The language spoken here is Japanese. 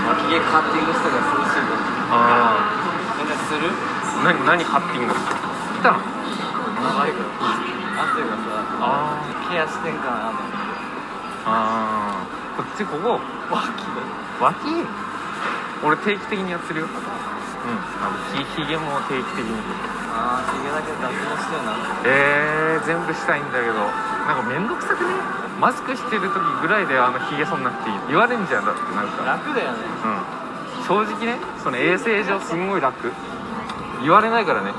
家カッティングしたら涼しいよあみんなするあ何何カッティングしたの汗が汗がさあケアしてんかなあのあああこっちここ脇で脇俺定期的にやってるようんあのひひげも定期的にああひげだけ脱毛してるなえー、全部したいんだけどなんかめんどくさくねマスクしてる時ぐらいであのひげそんなくていい言われんじゃんだってなんか楽だよねうん正直ねその衛生上すんごい楽言われないからね